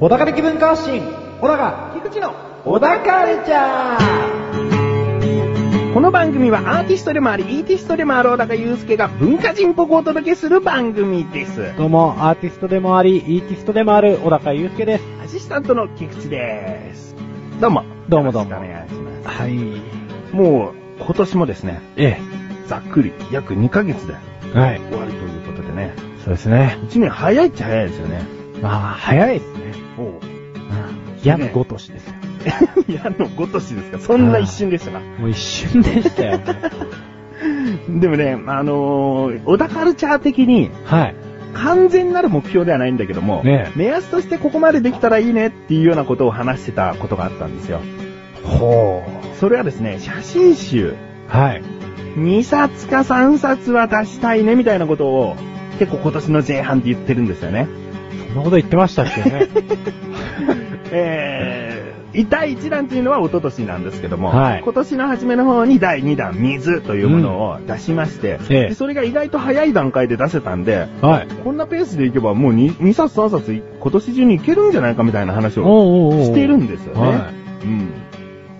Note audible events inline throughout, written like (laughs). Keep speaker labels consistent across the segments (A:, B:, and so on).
A: 小高的文化発信、小高、菊池の小高レチャー
B: この番組はアーティストでもあり、イーティストでもある小高祐介が文化人っぽくお届けする番組です。
A: どうも、アーティストでもあり、イーティストでもある小高祐介です。
B: アシスタントの菊池です。どうも。
A: どうもどうも
B: よろしくお願いしま
A: はい。
B: す。もう、今年もですね、
A: え
B: ざっくり約2ヶ月で
A: え。はい。
B: 終わりということでね、
A: そうですね。
B: 1年早いっちゃ早いですよね。
A: まあ、早いですね。
B: お (laughs) う。
A: 矢のごとしですよ。
B: 矢のごとしですかそんな一瞬でしたか。
A: もう一瞬でしたよ。
B: でもね、あのー、小田カルチャー的に、
A: (laughs) はい。
B: 完全なる目標ではないんだけども、
A: ねえ
B: 目安としてここまでできたらいいねっていうようなことを話してたことがあったんですよ。
A: ほ
B: それはですね、写真集
A: う。はい。
B: 2冊か3冊は出したいねみたいなことを結構今年の前半で言ってるんですよね。
A: そんなこと言ってましたっけ (laughs) ね。
B: えー、第1弾というのは一昨年なんですけども、
A: はい
B: 今年の初めの方に第2弾水というものを出しまして、
A: ええ
B: でそれが意外と早い段階で出せたんで、
A: はい。
B: こんなペースでいけばもう 2, 2冊3冊今年中にいけるんじゃないかみたいな話を
A: おうおうおう
B: してるんですよね。
A: は
B: うん。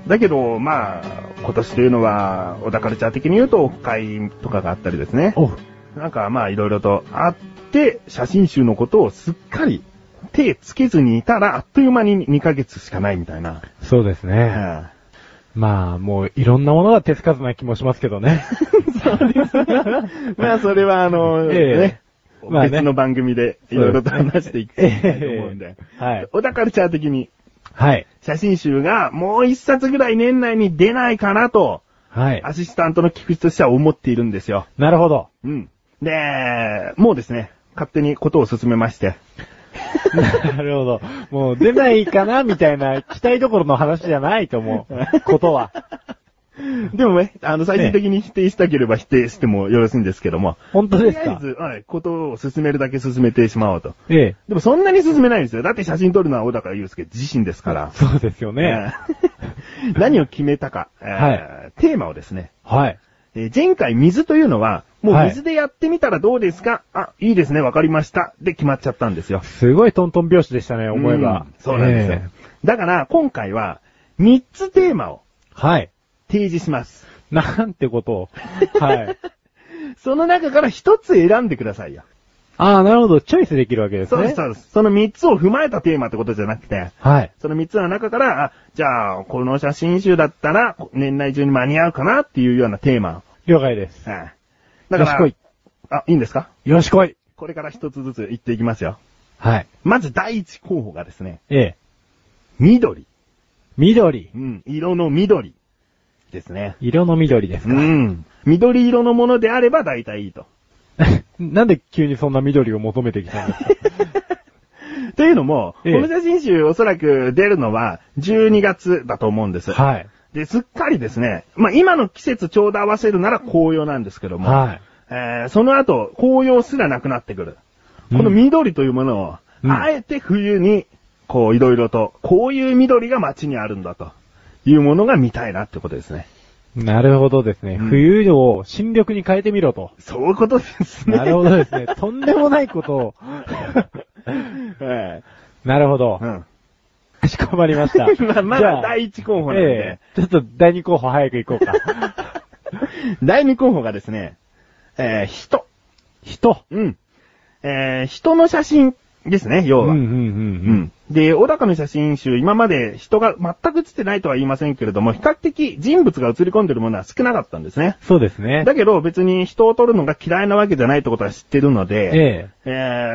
B: だけど、まあ、今年というのは、小田カルチャー的に言うと、オフ会とかがあったりですね。
A: おう。
B: なんかまあ、いろいろとあって、写真集のことをすっかり手つけずにいたら、あっという間に2ヶ月しかないみたいな。
A: そうですね。まあ、もういろんなものが手つかずな気もしますけど (laughs) ね。
B: (laughs)
A: (laughs)
B: まあ、それはあ (laughs) の、
A: ええ
B: ね、
A: まあね
B: 別の番組でいろいろと話していきたいと思うんで。
A: はい。
B: 小田カルチャー的に
A: はい。
B: 写真集がもう一冊ぐらい年内に出ないかなと、
A: はい。
B: アシスタントの菊池としては思っているんですよ。
A: なるほど。
B: うん。で、もうですね、勝手にことを進めまして。
A: なるほど。もう出ないかなみたいな期待どころの話じゃないと思う。こ
B: (laughs)
A: とは。
B: でもね、あの、最終的に否定したければ否定してもよろしいんですけども。
A: 本当
B: と
A: で
B: り
A: す
B: あえ
A: か
B: ず、はい、ことを進めるだけ進めてしまおうと。
A: ええ。
B: でもそんなに進めないんですよ。だって写真撮るのは小高祐介自身ですから。
A: そうですよね。
B: え (laughs) ー何を決めたか、えー
A: は
B: テーマをですね、
A: はい。
B: えー前回水というのは、もう
A: はい
B: 水でやってみたらどうですか、あ、いいですね、わかりました。で決まっちゃったんですよ。
A: すごいトントン拍子でしたね、思えば
B: うん。そうなんですよ。
A: ええ
B: だから、今回は、3つテーマを
A: はい。
B: 提示します。
A: なんてこ
B: (laughs)
A: とを。はい。
B: その中から1つ選んでくださいよ。
A: ああ、なるほど。チョイスできるわけですね。
B: そうです、そうです。その3つを踏まえたテーマってことじゃなくて、
A: はい。
B: その3つの中から、あ、じゃあ、この写真集だったら、年内中に間に合うかなっていうようなテーマ
A: 了解です。
B: を。はい。だ
A: よ
B: か
A: し
B: ら、
A: こい。
B: あ、いいんですか
A: よしこい。
B: これから1つずつ言っていきますよ。
A: はい。
B: まず第1候補がですね、
A: ええ。
B: 緑。
A: 緑
B: う。ん、色の緑ですね。
A: 色の緑です
B: う
A: か。
B: ん。緑色のものであれば大体いいと。
A: (laughs) なんで急にそんな緑を求めてきたんですか
B: (laughs) というのも、
A: ええ
B: この写真集おそらく出るのは12月だと思うんです。 (laughs)
A: はい。
B: で、すっかりですね、まあ今の季節ちょうど合わせるなら紅葉なんですけども、
A: はい。
B: えーその後紅葉すらなくなってくる。この緑というものを、
A: うん
B: あえて冬に、こういろいろと、こういう緑が街にあるんだと。いうものが見たいなってことですね。
A: なるほどですね。
B: うん
A: 冬を新緑に変えてみ
B: (laughs)
A: ろと。
B: そういうことですね。
A: なるほどですね。とんでもないことを。
B: (laughs) え
A: なるほど
B: え。うん。。
A: かしこまりました
B: (laughs) まあま
A: じゃ
B: だ
A: あ
B: 第一候補なん
A: え
B: で、
A: えちょっと第二候補早く行こうか。
B: 第二候補がですね、えー (laughs) 人。
A: 人。
B: うん。えー人の写真ですね、要
A: うんう
B: は。
A: んうん
B: で、小高の写真集、今まで人が全く写ってないとは言いませんけれども、比較的人物が写り込んでるものは少なかったんですね。
A: そうですね。
B: だけど別に人を撮るのが嫌いなわけじゃないってことは知ってるので、
A: ええ
B: え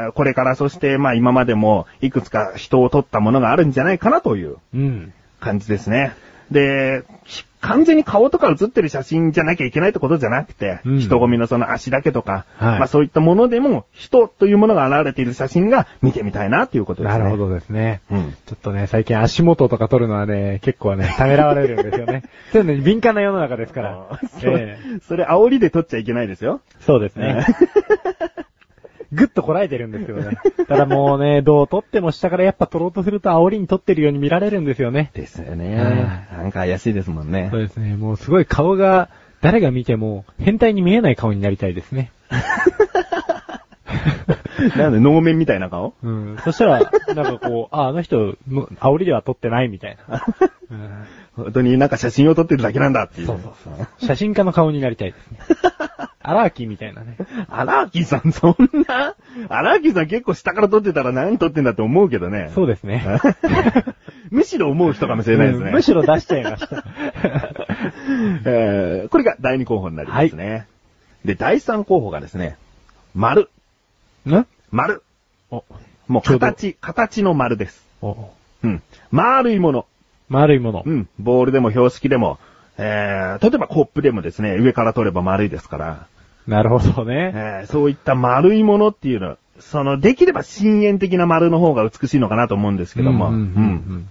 B: ーこれからそしてまあ今までもいくつか人を撮ったものがあるんじゃないかなという
A: うん。
B: 感じですね。で、ひ完全に顔とか写ってる写真じゃなきゃいけないってことじゃなくて、
A: うん
B: 人混みのその足だけとか、
A: はい
B: まあそういったものでも人というものが現れている写真が見てみたいなということです
A: な
B: ね。
A: るほ。どですね。
B: うん。
A: ちょっとね、最近足元とか撮るのはね、結構ね、ためらわれるんですよ
B: (laughs)
A: ね。そういうのに敏感な世の中ですから
B: あ。ーそれ
A: ええ
B: それ煽りで撮っちゃいけないですよ。
A: そうですね。 (laughs) ぐっとこらえてるんですけどね。ただもうね、どう撮っても下からやっぱ撮ろうとすると煽りに撮ってるように見られるんですよね。
C: ですよね。なんか怪しいですもんね
A: そ。うですね。もうすごい顔が、誰が見ても変態に見えない顔になりたいですね。
B: なんで、能面みたいな顔
A: うん。そしたら、なんかこう、あ、あの人の、煽りでは撮ってないみたいな。うん
B: 本当になんか写真を撮ってるだけなんだっていう。
A: そうそうそう。写真家の顔になりたい (laughs) ですね。荒木みたいなね。
B: 荒木さん、そんな荒木さん結構下から撮ってたら何撮ってんだって思うけどね。
A: そうですね。
B: むしろ思う人かもしれないですね。
A: うんむしろ出しちゃいました。
B: (laughs)
A: (laughs)
B: えーこれが第2候補になりますね。で、第3候補がですね、丸。
A: ん
B: 丸。
A: お、
B: もう
A: ちょうど
B: 形、形の丸です。
A: お、
B: うん。丸いもの。
A: 丸いもの
B: う。ん。ボールでも標識でも、えー、例えばコップでもですね、上から取れば丸いですから、
A: なるほど (laughs) ね。
B: えー、そういった丸いものっていうのは、その、できれば深淵的な丸の方が美しいのかなと思うんですけども、
A: うんうんうんうん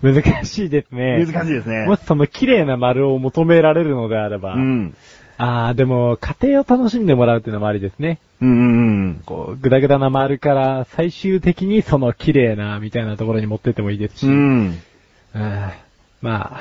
A: 難しいです
B: うん
A: ね。
B: 難しいですね。
A: もしその綺麗な丸を求められるのであれば。
B: うん。
A: ああ、でも、家庭を楽しんでもらうっていうのもありですね。
B: うんうんうん。
A: こう、ぐだぐだな丸から最終的にその綺麗な、みたいなところに持ってってもいいですし。
B: う
A: うん
B: ん。
A: まあ、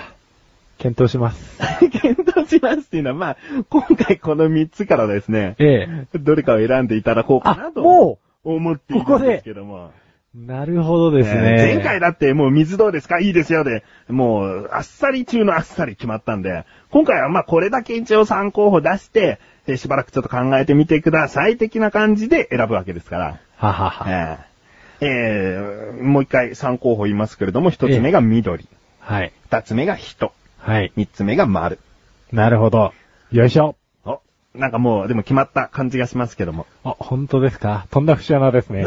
A: 検討します。
B: 検討しますっていうのは、まあ、今回この3つからですね、
A: ええ。
B: どれかを選んでいただこうかな
A: あ、
B: と。
A: も
B: 思っているんですけども。
A: うなるほどですね。
B: えー前回だってもう水どうですかいいですよで、もう、あっさり中のあっさり決まったんで、今回はまあこれだけ一応3候補出して、えーしばらくちょっと考えてみてください的な感じで選ぶわけですから。
A: ははは。
B: えーえーもう一回3候補言いますけれども、1つ目が緑、
A: はい。
B: 2つ目が人、
A: はい。
B: 3つ目が丸。
A: なるほど。よいしょ。
B: お、なんかもうでも決まった感じがしますけども。
A: あ、本当ですかとんだ節穴ですね。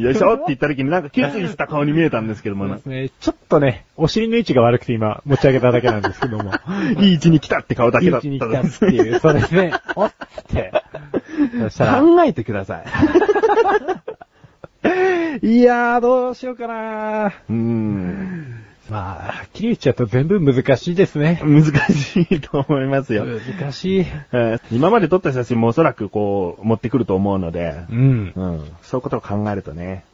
B: よいしょって言った時になんか決意した顔に見えたんですけど
A: (laughs) そうで
B: も
A: す、ね。ちょっとね、お尻の位置が悪くて今、持ち上げただけなんですけ
B: (laughs)
A: ども。
B: いい位置に来たって顔だ
A: い
B: け
A: い位
B: だった
A: 置に来た
B: んで
A: っ
B: す
A: て
B: (laughs)
A: いう。そうですね。おっつって。そしたら、
B: 考えてください。
A: いやー、どうしようかなー。
B: (laughs) うーん。
A: まあ、はっきり言っちゃうと全部難しいですね。
B: 難しいと思いますよ。
A: 難しい。
B: えー今まで撮った写真もおそらくこう、持ってくると思うので、
A: うん。
B: うん。そういうことを考えるとね。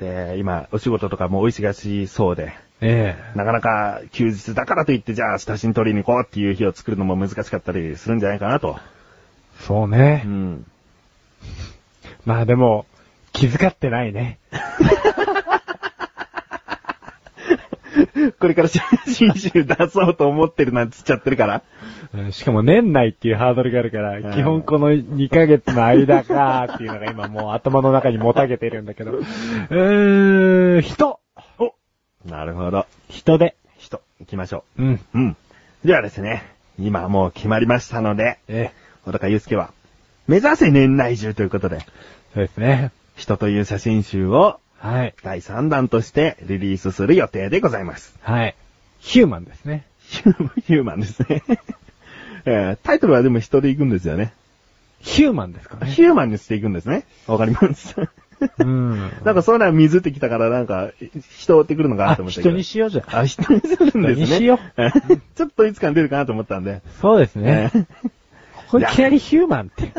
B: で、今、お仕事とかもお忙しそうで、
A: え
B: なかなか休日だからといって、じゃあ、写真撮りに行こうっていう日を作るのも難しかったりするんじゃないかなと。
A: え。そう
B: う
A: ね。
B: ん。
A: まあでも、気遣ってないね。
B: これから写真集出そうと思ってるなんて言っちゃってるから。
A: うんしかも年内っていうハードルがあるから、
B: ん
A: 基本この2ヶ月の間かーっていうのが今もう頭の中にもたげてるんだけど。うーん、人
B: おなるほど。
A: 人で。
B: 人、行きましょう。
A: うん。
B: うん。ではですね、今もう決まりましたので、
A: ええ。
B: 小高祐介は、目指せ年内中ということで、
A: そうですね。
B: 人という写真集を
A: はい。
B: 第3弾としてリリースする予定でございます。
A: はい。ヒューマンですね。
B: ヒューヒューマンですね、えータイトルはでも人で行くんですよね。
A: ヒューマンですかね。
B: ヒューマンにしていくんですね。わかります。
A: うん。
B: なんかそうなら水ってきたからなんか、人を追ってくるのかな
A: あ
B: と、思ったけ
A: 人
B: ど。
A: にしようじゃん。
B: あ、人にするんですね。
A: 人にしよ
B: う。ちょっといつか出るかなと思ったんで。
A: そうです
B: え
A: ね。
B: ー
A: ここいきなりヒューマンって。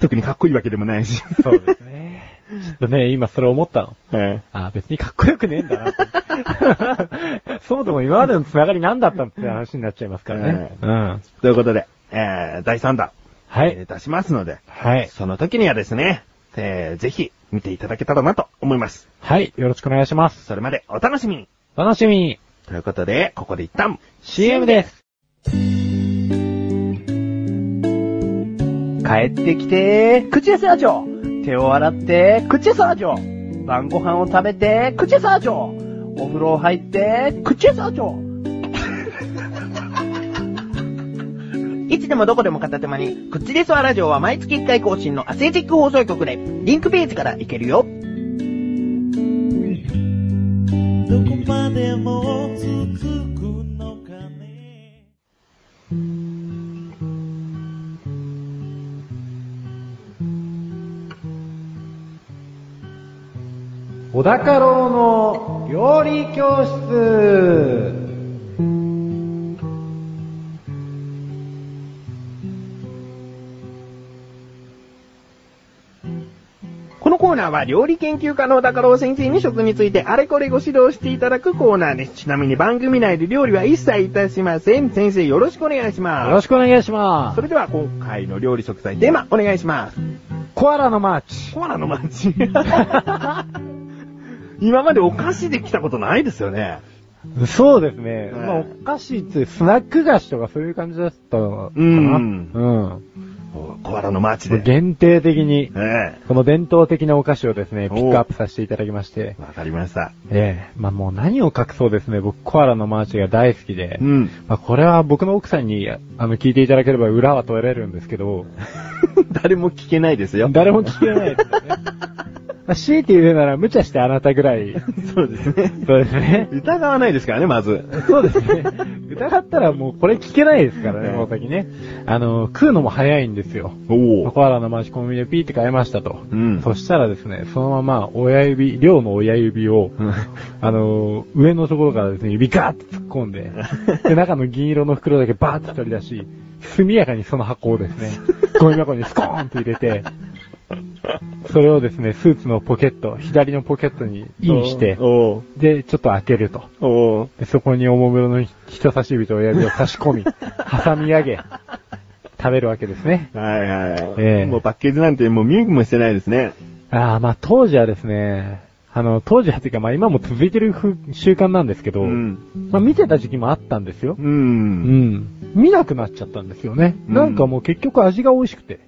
B: 特にかっこいいわけでもないし。
A: そうですね。ちょっとね、今それ思ったの。
B: え
A: あ、別にかっこよくねえんだなって。 (laughs) そもそも今までのつながり何だったんって話になっちゃいますからね。うん。
B: ーということで、えー第3弾、
A: は
B: え
A: い。
B: ー出しますので、
A: はい。
B: その時にはですね、えーぜひ見ていただけたらなと思います。
A: はい。よろしくお願いします。
B: それまでお楽しみに
A: お楽しみに。
B: ということで、ここで一旦、
A: CM です。
C: 帰ってきて、口エサージョ手を洗って、口エサージョ晩ご飯を食べて、口エサージョお風呂入って、口エサージョいつでもどこでも片手間に、口でソアラジオは毎月1回更新のアスレチック放送局で、リンクページから行けるよ。
D: どこまでも続くのかね
A: 小高郎の料理教室
B: ーナーは料理研究家の高郎先生に食についてあれこれご指導していただくコーナーです。ちなみに番組内で料理は一切いたしません。先生よろしくお願いし
A: よろ
B: ます。
A: しくお願いしま
B: そ
A: す。
B: れでは今回の料理食材テーマお願いします。
A: コアラのマーチ。
B: コアラの街。 (laughs) 今までお菓子で来たことないですよね。
A: そうですね。
B: うん
A: まあ、お菓子って、スナック菓子とかそういう感じだったのか
B: う
A: な。
B: ん
A: うん。
B: コアラの街で。
A: 限定的に、
B: え
A: この伝統的なお菓子をですね、
B: お
A: ピックアップさせていただきまして
B: え。。わかりました。
A: ええまあもう何を隠そうですね、僕コアラのマーチが大好きで。
B: ん。
A: まあこれは僕の奥さんに、あの、聞いていただければ裏は取れるんですけど、
B: (laughs)
A: (laughs)
B: 誰も聞けないですよ。
A: 誰も聞けないですよね。まあ、強いて言うなら無茶してあなたぐらい。
B: そうですね。
A: そうですね。
B: 疑わないですからね、まず。
A: そうですね。疑ったらもうこれ聞けないですからね、
B: ね
A: この先ね。あの、食うのも早いんですよ。
B: おお。
A: コアラのマーチコンビニでピーって買いましたと。
B: うん
A: そしたらですね、そのまま親指、両の親指を、あの、上のところからですね、指ガーって突っ込ん
B: (laughs)
A: で、で、中の銀色の袋だけバーって取り出し、速やかにその箱
B: (laughs)
A: をですね、ゴミ箱にスコーンって入れて、それをですね、スーツのポケット、左のポケットにインして、
B: お
A: で、ちょっと開けると。
B: おお
A: でそこにおもむろの人差し指と親指を差し込
B: (laughs)
A: み、挟み上げ、食べるわけですね。
B: おはいはい。
A: ええ
B: もうパッケージなんてもう見向きもしてないですね。
A: ああ、まあ当時はですね、あの、当時はっていうか、まあ今も続いてる風習慣なんですけど、
B: うん。
A: まあ見てた時期もあったんですよ
B: う。。
A: うんん。見なくなっちゃったんですよね。
B: うん
A: なんかもう結局味が美味しくて。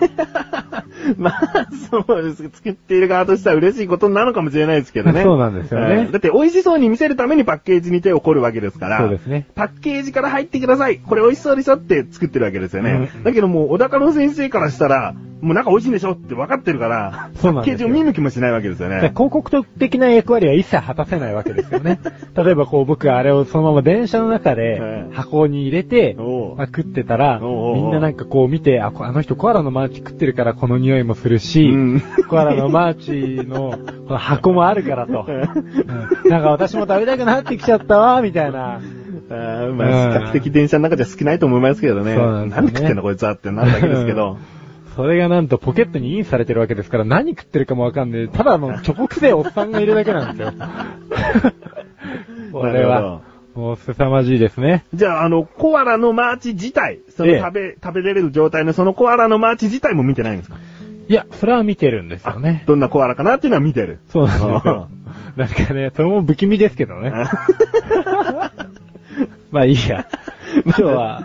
B: (laughs) まあ、そうです。作っている側としては嬉しいことなのかもしれないですけどね。
A: そうなんですよね
B: はいだって美味しそうに見せるためにパッケージに手を凝るわけですから。
A: そうですね。
B: パッケージから入ってください。これ美味しそうでしょって作ってるわけですよね。だけどもう、小高の先生からしたら、もうなんか美味しいんでしょって分かってるから、
A: そうな
B: パ
A: ん
B: ッケ
A: で
B: ー
A: す
B: ジ
A: よ
B: を見向きもしないわけですよ
A: だから
B: ね。
A: 広告的な役割は一切果たせないわけです
B: (laughs)
A: よね。例えばこう僕があれをそのまま電車の中
B: は
A: で
B: い
A: 箱に入れて、
B: おう
A: まあ、食ってたら、
B: おうおうおう
A: みんななんかこう見て、あ、こあの人コアラのマーチ食ってるからこの匂いもするし、
B: うん
A: コアラのマーチのこの箱もあるか
B: (laughs)
A: らと、うんなんか私も食べたくなってきちゃったわ、みたい
B: あ
A: な。
B: ーまあ、比較的電車の中じゃ少ないと思いますけどね。
A: そうなんですよね
B: 何食ってんのこいつはってなるだけですけど。
A: それがなんとポケットにインされてるわけですから何食ってるかもわかんねえ。ただのチョコくせえおっさんがいるだけなんですよ。 (laughs) これ
B: なる
A: は、もう凄まじいですね。
B: じゃあ、あの、コアラのマーチ自体、そ
A: え
B: の
A: え
B: 食べ、食べれる状態のそのコアラのマーチ自体も見てないんですか
A: いや、それは見てるんですよね。
B: どんなコアラかなっていうのは見てる。
A: そうなんですよ。なんかね、それも不気味ですけどね。 (laughs) まあいい (laughs) や。今日は、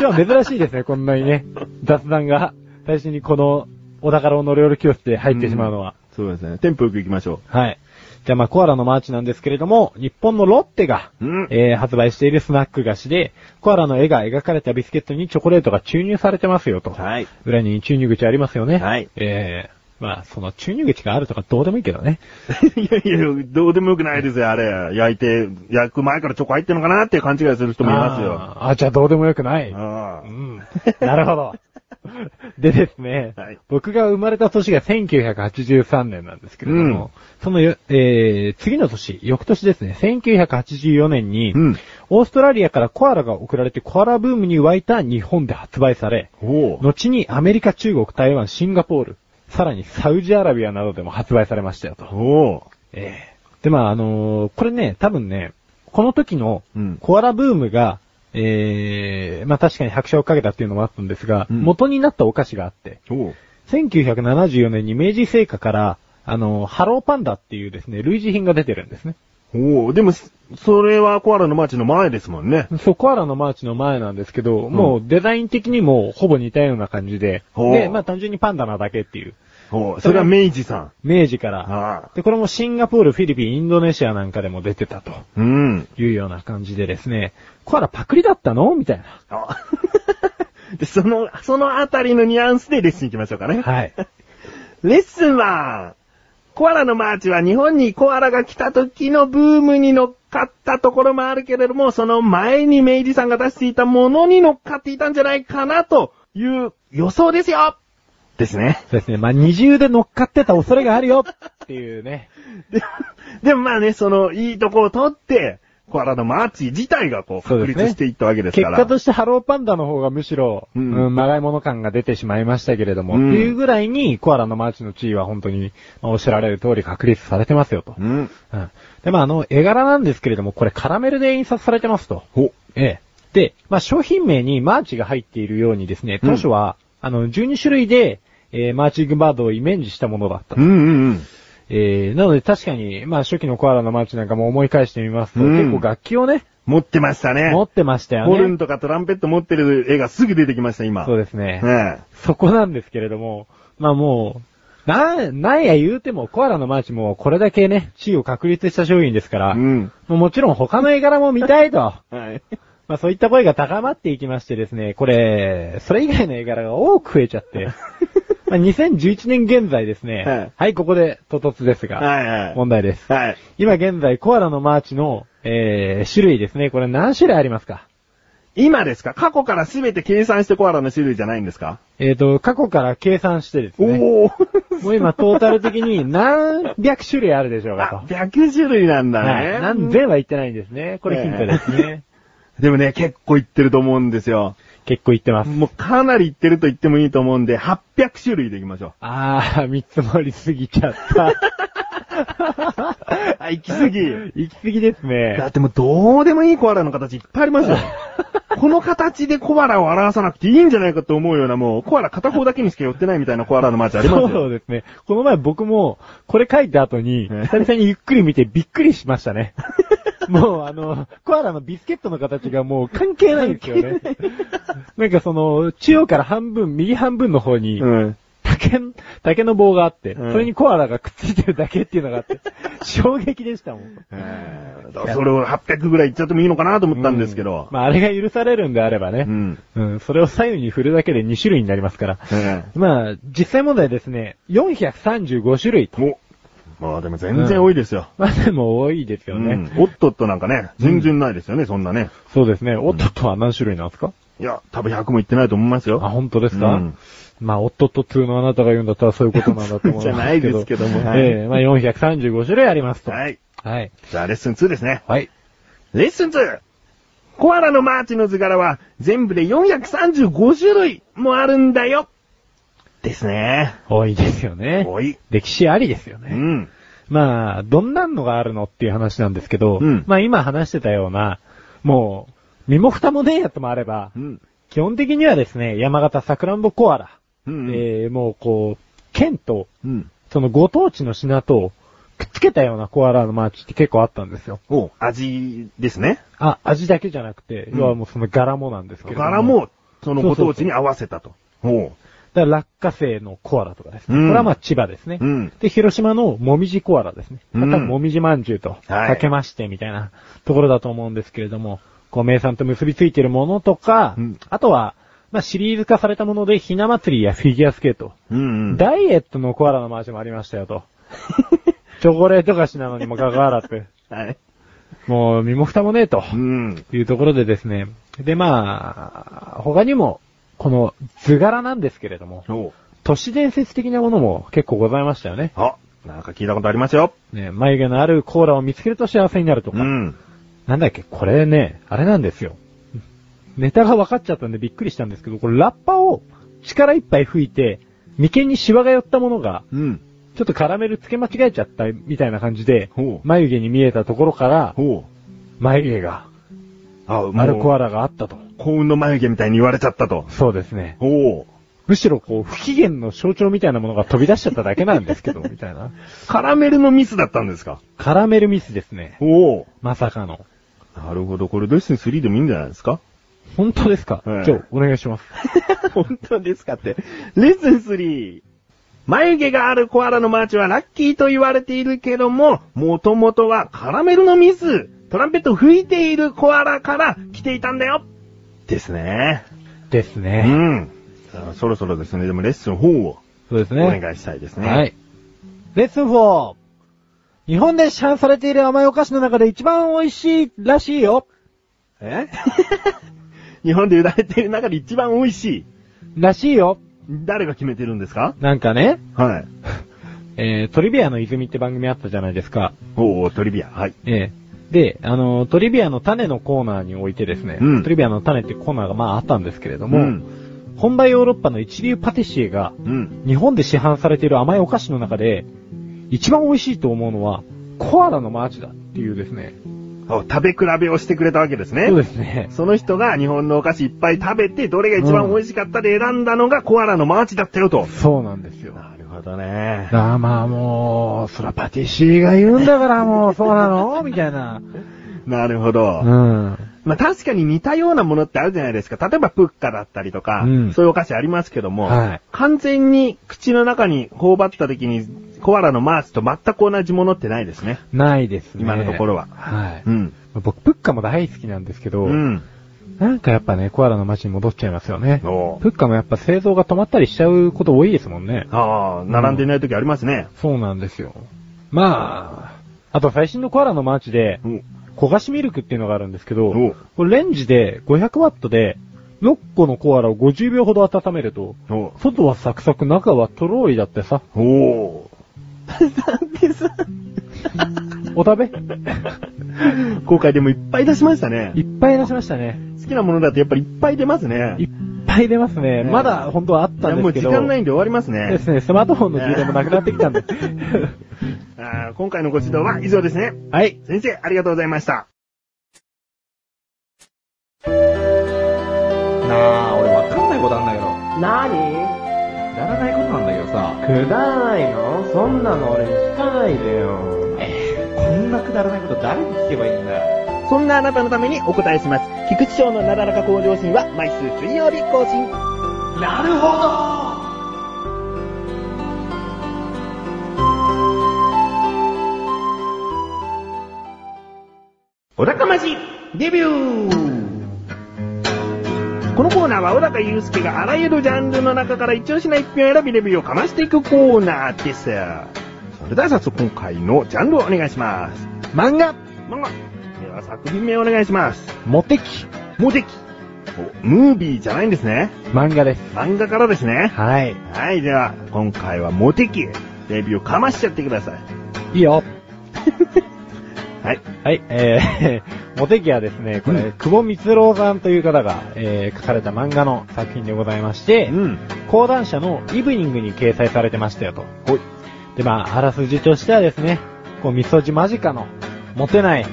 A: 今日は珍しいですね、こんなにね。雑談が、最初にこの、小高郎の料理教室で入ってしまうのは。
B: そうですね。テンポよく行きましょ
A: はい。じゃあまあコアラのマーチなんですけれども、日本のロッテが、
B: うん
A: えー発売しているスナック菓子で、コアラの絵が描かれたビスケットにチョコレートが注入されてますよと。
B: う。はい。 (laughs)
A: 裏に注入口ありますよね。
B: はい
A: えー、まあその注入口があるとかどうでもいいけどね。
B: いやいや、どうでもよくないですよ、あれ。焼いて、焼く前からチョコ入ってんのかなって勘違いする人もいますよ。
A: あーあ、じゃあどうでもよくない。
B: あ
A: うん。なるほど。でですね、
B: はい
A: 僕が生まれた年が1983年なんですけれども、
B: うん
A: そのよ、えー、次の年、翌年ですね、1984年に、
B: うん
A: オーストラリアからコアラが送られてコアラブームに沸いた日本で発売され、
B: おう
A: 後にアメリカ、中国、台湾、シンガポール、さらにサウジアラビアなどでも発売されましたよと。
B: おう
A: ええで、まあ、あのーこれね、多分ね、この時の
B: うん、
A: コアラブームが、ええまあ確かに拍車をかけたっていうのもあったんですが、
B: うん
A: 元になったお菓子があって、
B: おう
A: 1974年に明治製菓から、あのーハローパンダっていうですね、類似品が出てるんですね。
B: おうでも、それはコアラのマーチの前ですもんね。
A: そう、コアラのマーチの前なんですけど、もうデザイン的にもほぼ似たような感じで、
B: ほう
A: で、まあ単純にパンダなだけっていう、
B: おうそれは明治さ
A: 明治か
B: ん。
A: ら、
B: ああ。
A: で、これもシンガポール、フィリピン、インドネシアなんかでも出てたと。
B: うん。
A: いうような感じでですね、コアラパクリだったのみたいな。
B: あ (laughs) で、その、そのあたりのニュアンスでレッスン行きましょう (laughs) かね。
A: はい。
B: レッスンは、コアラのマーチは日本にコアラが来た時のブームに乗っかったところもあるけれども、その前に明治さんが出していたものに乗っかっていたんじゃないかなという予想ですよですね。
A: そうですね。まあ、二重で乗っかってた恐れがあるよっていうね。
B: ででもまあね、そのいいとこを取って、コアラのアーチ自体がこう、
A: そう
B: 確
A: ですね
B: 立していったわけです
A: 結
B: から。
A: 果としてハローパンダの方がむしろ、
B: う
A: うんん、まがいもの感が出てしまいましたけれども、
B: うん
A: っていうぐらいにコアラのマーチの地位は本当に、まあおっしゃられる通り確立されてますよと。
B: うん。
A: うん。で、まあ、あの、絵柄なんですけれども、これカラメルで印刷されてますと。
B: ほ。
A: ええ。で、まあ、商品名にマーチが入っているようにですね、当初は、あの、12種類で、えーマーチングバードをイメージしたものだった
B: う。んうんうん。
A: えー、なので確かに、まあ、初期のコアラのマーチなんかも思い返してみますと、
B: うん
A: 結構楽器をね、
B: 持ってましたね。
A: 持ってましたよ
B: ホルン
A: ね。
B: とかトランペット持ってる絵がすぐ出てきました、今。
A: そう
B: う
A: ですね。
B: ね
A: そこなんですけれども、まあもう、な、なんや言うても、コアラのマーチもこれだけね、地位を確立した商品ですから、
B: え。うん。
A: もうもちろん他の絵柄も見たいと。
B: はい。
A: まあそういった声が高まっていきましてですね、これ、それ以外の絵柄が多く増えちゃ
B: (laughs)
A: って、まあ2011年現在ですね、
B: はい
A: ここで突突ですが、
B: はいはい。
A: 問題です。
B: はい。
A: 今現在、コアラのマーチの、えー、種類ですね、これ何種類ありますか
B: 今ですか過去から全て計算してコアラの種類じゃないんですか
A: えっ、と、過去から計算してですね、 (laughs)
B: おー。
A: もう今トータル的に何百種類あるでしょうか
B: あ、
A: と。
B: 100種類なんだね。
A: はい、何千は言ってないんですね。これヒントですね。
B: でもね、結構いってると思うんですよ。
A: 結構言ってます。
B: もうかなりいってると言ってもいいと思うんで、800種類でいきま
A: (laughs)
B: しょ
A: あー、見積もりすぎち
B: (laughs)
A: ゃった。
B: う。あ、行き過ぎ。
A: 行き過ぎです
B: だ
A: ね。
B: ってもうどうでもいいコアラの形いっぱいあり (laughs) ますよ。この形でコアラを表さなくていいんじゃないかと思うようなもう、コアラ片方だけにしか寄ってないみたいなコアラのマーチありますよ。
A: そうですね。この前僕も、これ書いた後に、
B: ええ
A: 久々にゆっくり見てびっくりしまし
B: (laughs)
A: たね。もうあの、コアラのビスケットの形がもう関係ないんですよ
B: (laughs)
A: ね。なんかその、中央から半分、右半分の方に、
B: うん。
A: 竹の、竹の棒があって、
B: うん
A: それにコアラがくっついてるだけっていうのがあ
B: (laughs)
A: って、衝撃でしたもん。
B: えーだからそれを800ぐらいいっちゃってもいいのかなと思ったんですけど。
A: まああれが許されるんであればね、
B: うん。
A: うん、それを左右に振るだけで2種類になりますから。
B: え
A: まあ、実際問題ですね、435種類と。
B: ーおまあでも全然多いですよ。
A: (laughs) まあでも多いですよね。
B: うんおっとっとなんかね、全然ないですよね、そんなね。
A: そうですね。おっとっとは何種類なんですか、
B: いや、多分100もいってないと思いますよ。
A: あ、本当ですか、
B: うん
A: まあ、おっとっと2のあなたが言うんだったらそういうことなんだと思うん
B: (laughs) じゃないですけどもはい
A: (laughs) ええまあ435種類ありますと。
B: はい。
A: はい。
B: じゃあ、レッスン2ですね。
A: はい。
B: レッスン 2! コアラのマーチの図柄は全部で435種類もあるんだよですね。
A: 多いですよね。
B: おい。
A: 歴史ありですよ
B: う
A: ね。
B: ん。
A: まあ、どんなんのがあるのっていう話なんですけど、
B: うん
A: まあ今話してたような、もう、身も蓋もねえやつもあれば、
B: うん。
A: 基本的にはですね、山形桜んぼコアラ、
B: うん。
A: えーもうこう、県と、
B: うん。
A: そのご当地の品と、くっつけたようなコアラのマーチって結構あったんですよ。
B: お味ですね。
A: あ、味だけじゃなくて、
B: うん
A: 要はもうその柄もなんですけれども。
B: 柄。も、そのご当地に合わせたと。おう。
A: だから落花生のコアラとかですね。
B: うん
A: これはまあ千葉ですね。
B: うん。
A: で、広島のもみじコアラですね。
B: うん
A: またもみじまんじゅうと、
B: はい
A: かけましてみたいなところだと思うんですけれども、こう名産と結びついてるものとか、
B: うん
A: あとは、まあシリーズ化されたもので、ひな祭りやフィギュアスケート、
B: うん、うん。
A: ダイエットのコアラのマーチもありましたよ
B: (laughs)
A: と。チョコレート菓子なのにもかかわらず、
B: はい。
A: もう身も蓋もねえと。
B: うん。
A: というところでですね。で、まあ、他にも、この図柄なんですけれども、
B: おう。
A: 都市伝説的なものも結構ございましたよね。
B: あ、なんか聞いたことありますよ。
A: ね眉毛のあるコーラを見つけると幸せになるとか。
B: うん。
A: なんだっけ、これね、あれなんですよ。ネタが分かっちゃったんでびっくりしたんですけど、これラッパを力いっぱい吹いて、眉間にシワが寄ったものが、
B: うん。
A: ちょっとカラメル付け間違えちゃったみたいな感じで、
B: ほう。
A: 眉毛に見えたところから、
B: ほう。
A: 眉毛が、
B: あ、もう
A: あるコアラがあったと。
B: 幸運の眉毛みたいに言われちゃったと。
A: そうですね。
B: おう。
A: むしろこう、不機嫌の象徴みたいなものが飛び出しちゃっただけなんです
B: (laughs)
A: けど、みたいな。
B: カラメルのミスだったんですか
A: カラメルミスですね。
B: おお。
A: まさかの。
B: なるほど。これ、ドイツに3でもいいんじゃないですか
A: 本当ですか、
B: はい
A: 今日、お願いします。
B: (laughs) 本当ですかって。レッスン 3! 眉毛があるコアラのマーチはラッキーと言われているけども、もともとはカラメルのミス、トランペットを吹いているコアラから来ていたんだよですね。
A: です
B: う
A: ね。
B: ん。さあそろそろですね、でもレッスン4を
A: そうです
B: お
A: ね。
B: 願いしたいですね。
A: はい。。レッスン 4! 日本で市販されている甘いお菓子の中で一番美味しいらしいよ。
B: え (laughs) 日本で売られている中で一番美味しい。
A: らしいよ。
B: 誰が決めてるんですか
A: なんかね、
B: はい。
A: えー、トリビアの泉って番組あったじゃないですか。
B: おー、トリビア。はい。
A: ええで、あの、トリビアの種のコーナーにおいてですね、
B: うん
A: トリビアの種っていうコーナーがまああったんですけれども、
B: うん
A: 本場ヨーロッパの一流パティシエが、
B: うん。
A: 日本で市販されている甘いお菓子の中で、一番美味しいと思うのは、コアラのマーチだっていうですね。
B: あ食べ比べをしてくれたわけですね。
A: そうですね。
B: その人が日本のお菓子いっぱい食べて、どれが一番美味しかったで選んだのがコアラのマーチだったよと。
A: そうなんですよ。
B: なるほどね。
A: ああまあもう、そらパティシエが言うんだ (laughs) からもう、そうなのみたいな。
B: なるほど。
A: うん。
B: まあ確かに似たようなものってあるじゃないですか。例えばプッカだったりとか、
A: うん
B: そういうお菓子ありますけども、
A: はい
B: 完全に口の中に頬張った時にコアラのマーチと全く同じものってないですね。
A: ないですね。
B: 今のところは
A: はい。
B: うん。
A: 僕、プッカも大好きなんですけど、
B: うん。
A: なんかやっぱね、コアラの街に戻っちゃいますよね。
B: おう
A: プッカもやっぱ製造が止まったりしちゃうこと多いですもんね。
B: ああ、並んでいない時ありますね。
A: そうなんですよ。まあ、あと最新のコアラのマーチで、
B: うん。
A: 焦がしミルクっていうのがあるんですけど
B: おう、
A: これレンジで500ワットで6個のコアラを50秒ほど温めると、
B: おう
A: 外はサクサク、中はとろーりだってさ、
B: おう (laughs) なんでさ、
A: お食べ
B: (laughs) 今回でもいっぱい出しましたね
A: い。っぱい出しましたね。
B: 好きなものだとやっぱりいっぱい出ますね。
A: いっぱい出ます
B: ね
A: ね。まだ本当はあっ
B: い
A: た
B: や
A: ん
B: もう
A: ですけ
B: 時
A: ど。
B: 間ないんで終わりますね。
A: ですね、スマートフォンの充電もなくなってきたんで。
B: あー今回のご指導は以上ですね。
A: はい。
B: 先生、ありがとうございました。
E: なあ、俺わかんないことあんだけど。く
C: なに
E: だらないことなんだけどさ。
C: くだらないのそんなの俺聞かないでよ。
E: こんなくだらないこと誰に聞けばいいんだよ。
B: そんなあなたのためにお答えします。菊池賞のなだらか向上心は毎週水曜日更新。
E: なるほど
B: 小高まじデビューこのコーナーは小高祐介があらゆるジャンルの中から一押しな一品を選びレビューをかましていくコーナーです。それでは早速今回のジャンルをお願いします。
A: 漫画、
B: 漫画。では作品名をお願いします。
A: モテキ、
B: モテキ。おムービーじゃないんですね。
A: 漫画です。
B: 漫画からですね。
A: はい。
B: はい、では、今回はモテキ。レビューかましちゃってください。
A: いいよ。
B: はい。
A: はい、えー、モ (laughs) テキはですね、これ、
B: うん
A: 久保光郎さんという方が、えー、書かれた漫画の作品でございまして、
B: ん。
A: 講談社のイブニングに掲載されてましたよと。
B: ほい。
A: で、まあ、あらすじとしてはですね、こう、みそじ間近の、モテない、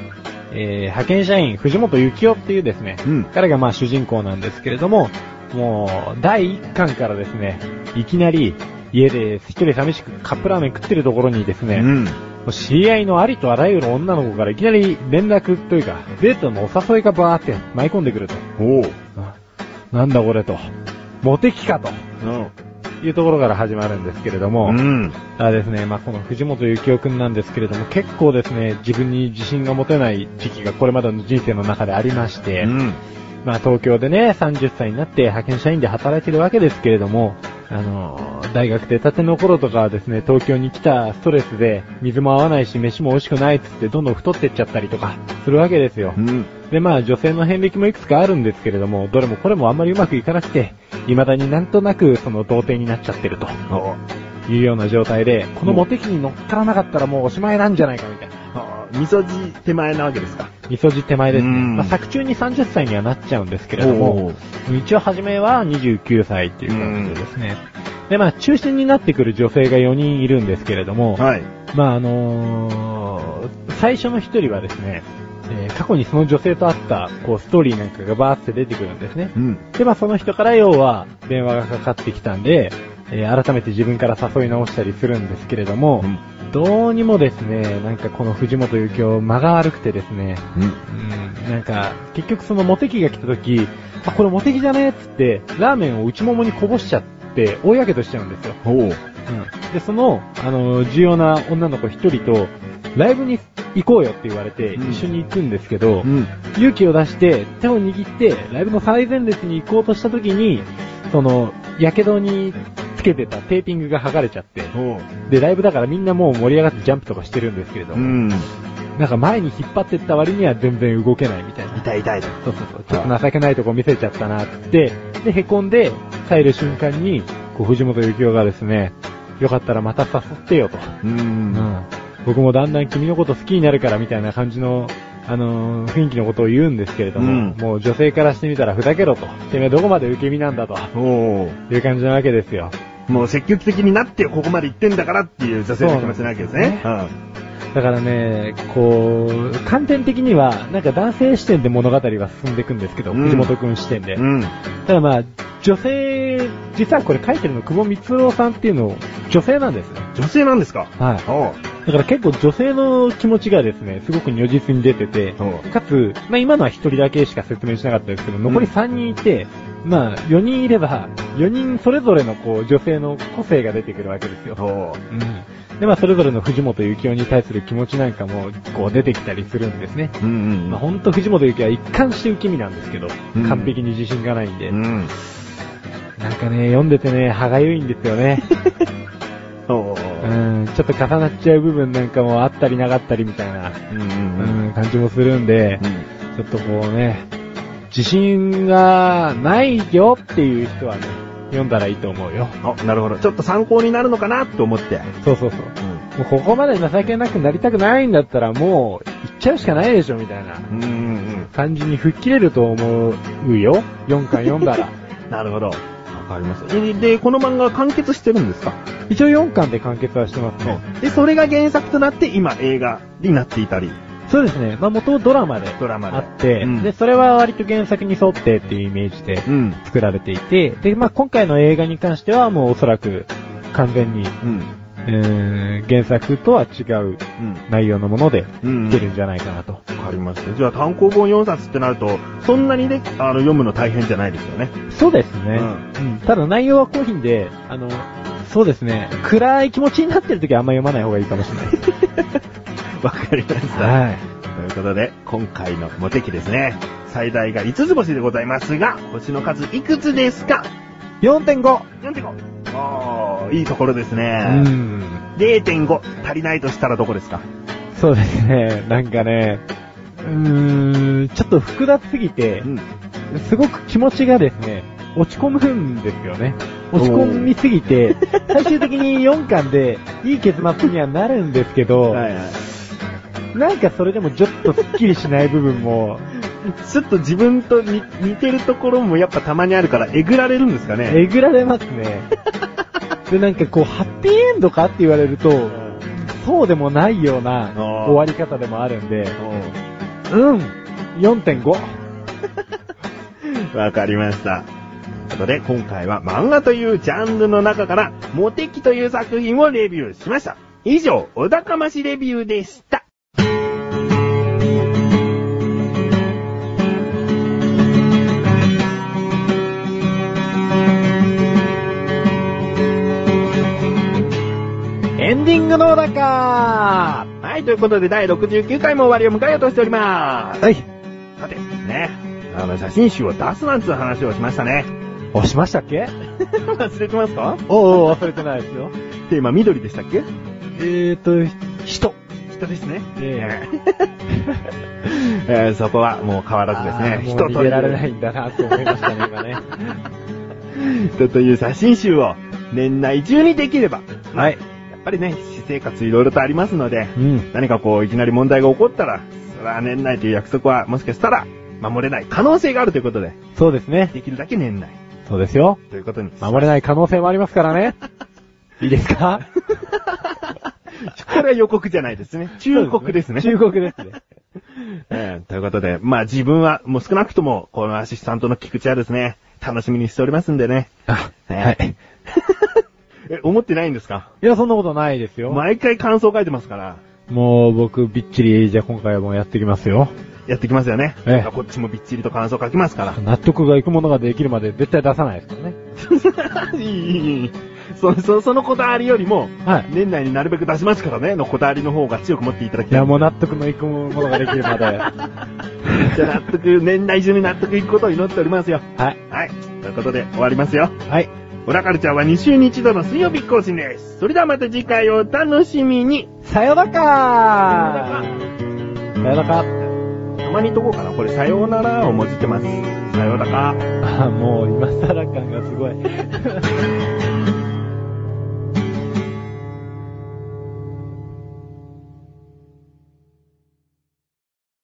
A: えー、派遣社員、藤本幸男っていうですね、
B: うん
A: 彼がまあ主人公なんですけれども、もう、第1巻からですね、いきなり、家で一人寂しくカップラーメン食ってるところにですね、
B: うん。
A: もう知り合いのありとあらゆる女の子からいきなり連絡というか、デートのお誘いがバーって舞い込んでくると。
B: おう。
A: あなんだこれと。モテキかというところから始まるんですけれども、
B: うん。
A: あですね、まあ、この藤本幸雄くんなんですけれども、結構ですね、自分に自信が持てない時期がこれまでの人生の中でありまして、
B: うん。
A: まあ、東京でね、30歳になって派遣社員で働いてるわけですけれども、あの、大学出たての頃とかはですね、東京に来たストレスで、水も合わないし、飯も美味しくないっつって、どんどん太ってっちゃったりとか、するわけですよ。
B: うん。
A: で、まあ、女性の遍歴もいくつかあるんですけれども、どれもこれもあんまりうまくいかなくて、未だになんとなく、その、童貞になっちゃってると
B: おう
A: いうような状態で、このモテ期に乗っからなかったらもうおしまいなんじゃないかみたいな。
B: あー味噌汁手前なわけですか。
A: みそじ手前ですね。
B: うん
A: まあ、作中に30歳にはなっちゃうんですけれども、一応初めは29歳っていう感じですね。で、まあ、中心になってくる女性が4人いるんですけれども、
B: はい。
A: まあ、あのー最初の1人はですね、えー過去にその女性と会った、こう、ストーリーなんかがバーって出てくるんですね。
B: うん。
A: で、まあ、その人から要は、電話がかかってきたんで、えー改めて自分から誘い直したりするんですけれども、
B: うん
A: どうにもですね、なんかこの藤本幸雄、間が悪くてですね、うんなんか、結局そのモテキが来た時、あ、これモテキじゃねえっつって、ラーメンを内ももにこぼしちゃって、大やけどしちゃうんですよ。
B: おう。
A: うん。で、その、あの、重要な女の子一人と、ライブに行こうよって言われて、
B: うん
A: 一緒に行くんですけど、
B: ん。
A: 勇気を出して、手を握って、ライブの最前列に行こうとした時に、その、やけどにつけてたテーピングが剥がれちゃって、
B: おう。
A: で、ライブだからみんなもう盛り上がってジャンプとかしてるんですけれど
B: う
A: も、
B: ん。
A: なんか前に引っ張ってった割には全然動けないみたいな。
B: 痛い痛いと。
A: そうそうそう。ちょっと情けないとこ見せちゃったなって、で、凹んで、帰る瞬間に、こう、藤本幸雄がですね、よかったらまた誘ってよと。
B: うん。
A: 僕もだんだん君のこと好きになるからみたいな感じのあのー雰囲気のことを言うんですけれども、
B: うん
A: もう女性からしてみたらふざけろと。てめえどこまで受け身なんだと。
B: おー
A: いう感じなわけですよ。
B: もう積極的になってよここまで行ってんだからっていう女性の気持ちなわけですね。うん
A: だからね、こう、観点的には、なんか男性視点で物語は進んでいくんですけど、
B: うん
A: 藤本くん視点で。
B: うん。
A: ただまあ、女性、実はこれ書いてるの、久保光郎さんっていうの、女性なんですよ。
B: 女性なんですか
A: はい。
B: おう
A: だから結構女性の気持ちがですね、すごく如実に出てて、
B: おう
A: かつ、まあ今のは一人だけしか説明しなかったですけど、残り3人いて、まあ4人いれば、4人それぞれのこう女性の個性が出てくるわけですよ。
B: おう
A: うん。で、まあそれぞれの藤本幸雄に対する気持ちなんかも、こう出てきたりするんですね。
B: うん
A: まあほんと藤本幸雄は一貫して受け身なんですけど、
B: うん
A: 完璧に自信がないんで、
B: うん。うん。
A: なんかね、読んでてね、歯がゆいんですよね。
B: おう
A: うん、ちょっと重なっちゃう部分なんかもあったりなかったりみたいな。
B: うんうんうん。
A: うん、感じもするんで、ちょっとこうね、自信がないよっていう人はね、読んだらいいと思うよ。
B: あ、なるほど。ちょっと参考になるのかなと思って。
A: そうそうそ
B: う。
A: う。もうここまで情けなくなりたくないんだったらもう、行っちゃうしかないでしょみたいなん
B: うん
A: 感じに吹っ切れると思うよ。4巻読んだら。
B: うん。なるほど。わかります。えで、この漫画は完結してるんですか
A: 一応4巻で完結はしてますね。
B: で、それが原作となって今映画になっていたり。
A: そうですね。まあ元々ドラマで
B: ドラマで
A: あって、
B: うん
A: で、それは割と原作に沿ってっていうイメージで、
B: うん。
A: 作られていて、で、まあ、今回の映画に関してはもうおそらく完全に、
B: うん。
A: えー、原作とは違う
B: うん。
A: 内容のもので
B: うん
A: 来てるんじゃないかなと。
B: わかりました。じゃあ単行本4冊ってなると、そんなにね、あの、読むの大変じゃないですよね。 (laughs)
A: そうですね、
B: う
A: うんただ内容はコーヒーで、あの、そうですね、暗い気持ちになってる時はあんま読まない方がいいかもしれないです。
B: わかりました。 (laughs)
A: はい。
B: ということで、今回のモテ期ですね。最大が5つ星でございますが、星の数いくつですか
A: 4.5!
B: 4.5! おー、いいところです
A: う
B: ね。
A: ん。
B: 0.5足りないとしたらどこですか
A: そうですね、なんかね、うーん、ちょっと複雑すぎて、
B: ん。
A: すごく気持ちがですね、落ち込むんですよね。落ち込みすぎて、最終的に4巻でいい結末にはなるんですけど、
B: はいはい。
A: なんかそれでもちょっとスッキリしない部分も、
B: ちょっと自分と似似てるところもやっぱたまにあるから、えぐられるんですかね。
A: えぐられますね。で、なんかこう、ハッピーエンドかって言われると、そうでもないような
B: あー
A: 終わり方でもあるんで、
B: お
A: うん、4.5。
B: う (laughs) わかりました。ということで、今回は漫画というジャンルの中から、モテキという作品をレビューしました。以上、お高ましレビューでした。
A: エンディングのおか
B: はい、ということで第69回も終わりを迎えようとしております。
A: はい。
B: さて、ね、あの、写真集を出すなんて話をしましたね。
A: 押しましたっけ
B: 忘れてますか
A: おうおう忘れてないですよ。
B: テーマ緑でしたっけ
A: えーと、人。
B: 人ですね。
A: え
B: (laughs) えーそこはもう変わらずですね。
A: 人と
B: 人
A: 逃
B: と
A: げ
B: い
A: られな
B: う、
A: いんだなと思いましたね、今ね。
B: 人という写真集を年内中にできれば、
A: はい。
B: やっぱりね、私生活いろいろとありますので、
A: (laughs) うん。
B: 何かこう、いきなり問題が起こったら、それは年内という約束はもしかしたら、守れない可能性があるということで、
A: そうですね。
B: できるだけ年内
A: そうですよ。
B: ということに。
A: 守れない可能性もありますからね。 (laughs) いいですか
B: これは予告じゃないですね。忠告ですね。
A: 忠告ですね。
B: えーということで、まあ自分は、もう少なくとも、このアシスタントの菊池はですね、楽しみにしておりますんでね。
A: (laughs) あ、
B: ね
A: はい。。
B: (laughs) え、思ってないんですか
A: いや、そんなことないですよ。
B: 毎回感想書いてますから、
A: もう僕、びっちり、じゃあ今回もやってきますよ。
B: やってきますよね。
A: ええ
B: こっちもびっちりと感想書きますか
A: 納得がいくものができるまで絶対出さないですからね。
B: ら。い (laughs) い、いい、いい。そそそのこだわりよりも、
A: はい。
B: 年内になるべく出しますからね、のこだわりの方が強く持っていただき
A: い
B: たい。
A: や、もう納得のいくものができるまで。 (laughs) は
B: じゃあ納得、年内中に納得いくことを祈っておりますよ。
A: い。
B: はい。ということで、終わりますよ。
A: はい。
B: オラカルチャーは2週に一度の水曜日更新です。それではまた次回をお楽しみに。
A: さよなかーさよなか
B: たまにとこうかな。これ、さようならをもじってます。さようなら。
A: あ、もう今更感がすごい。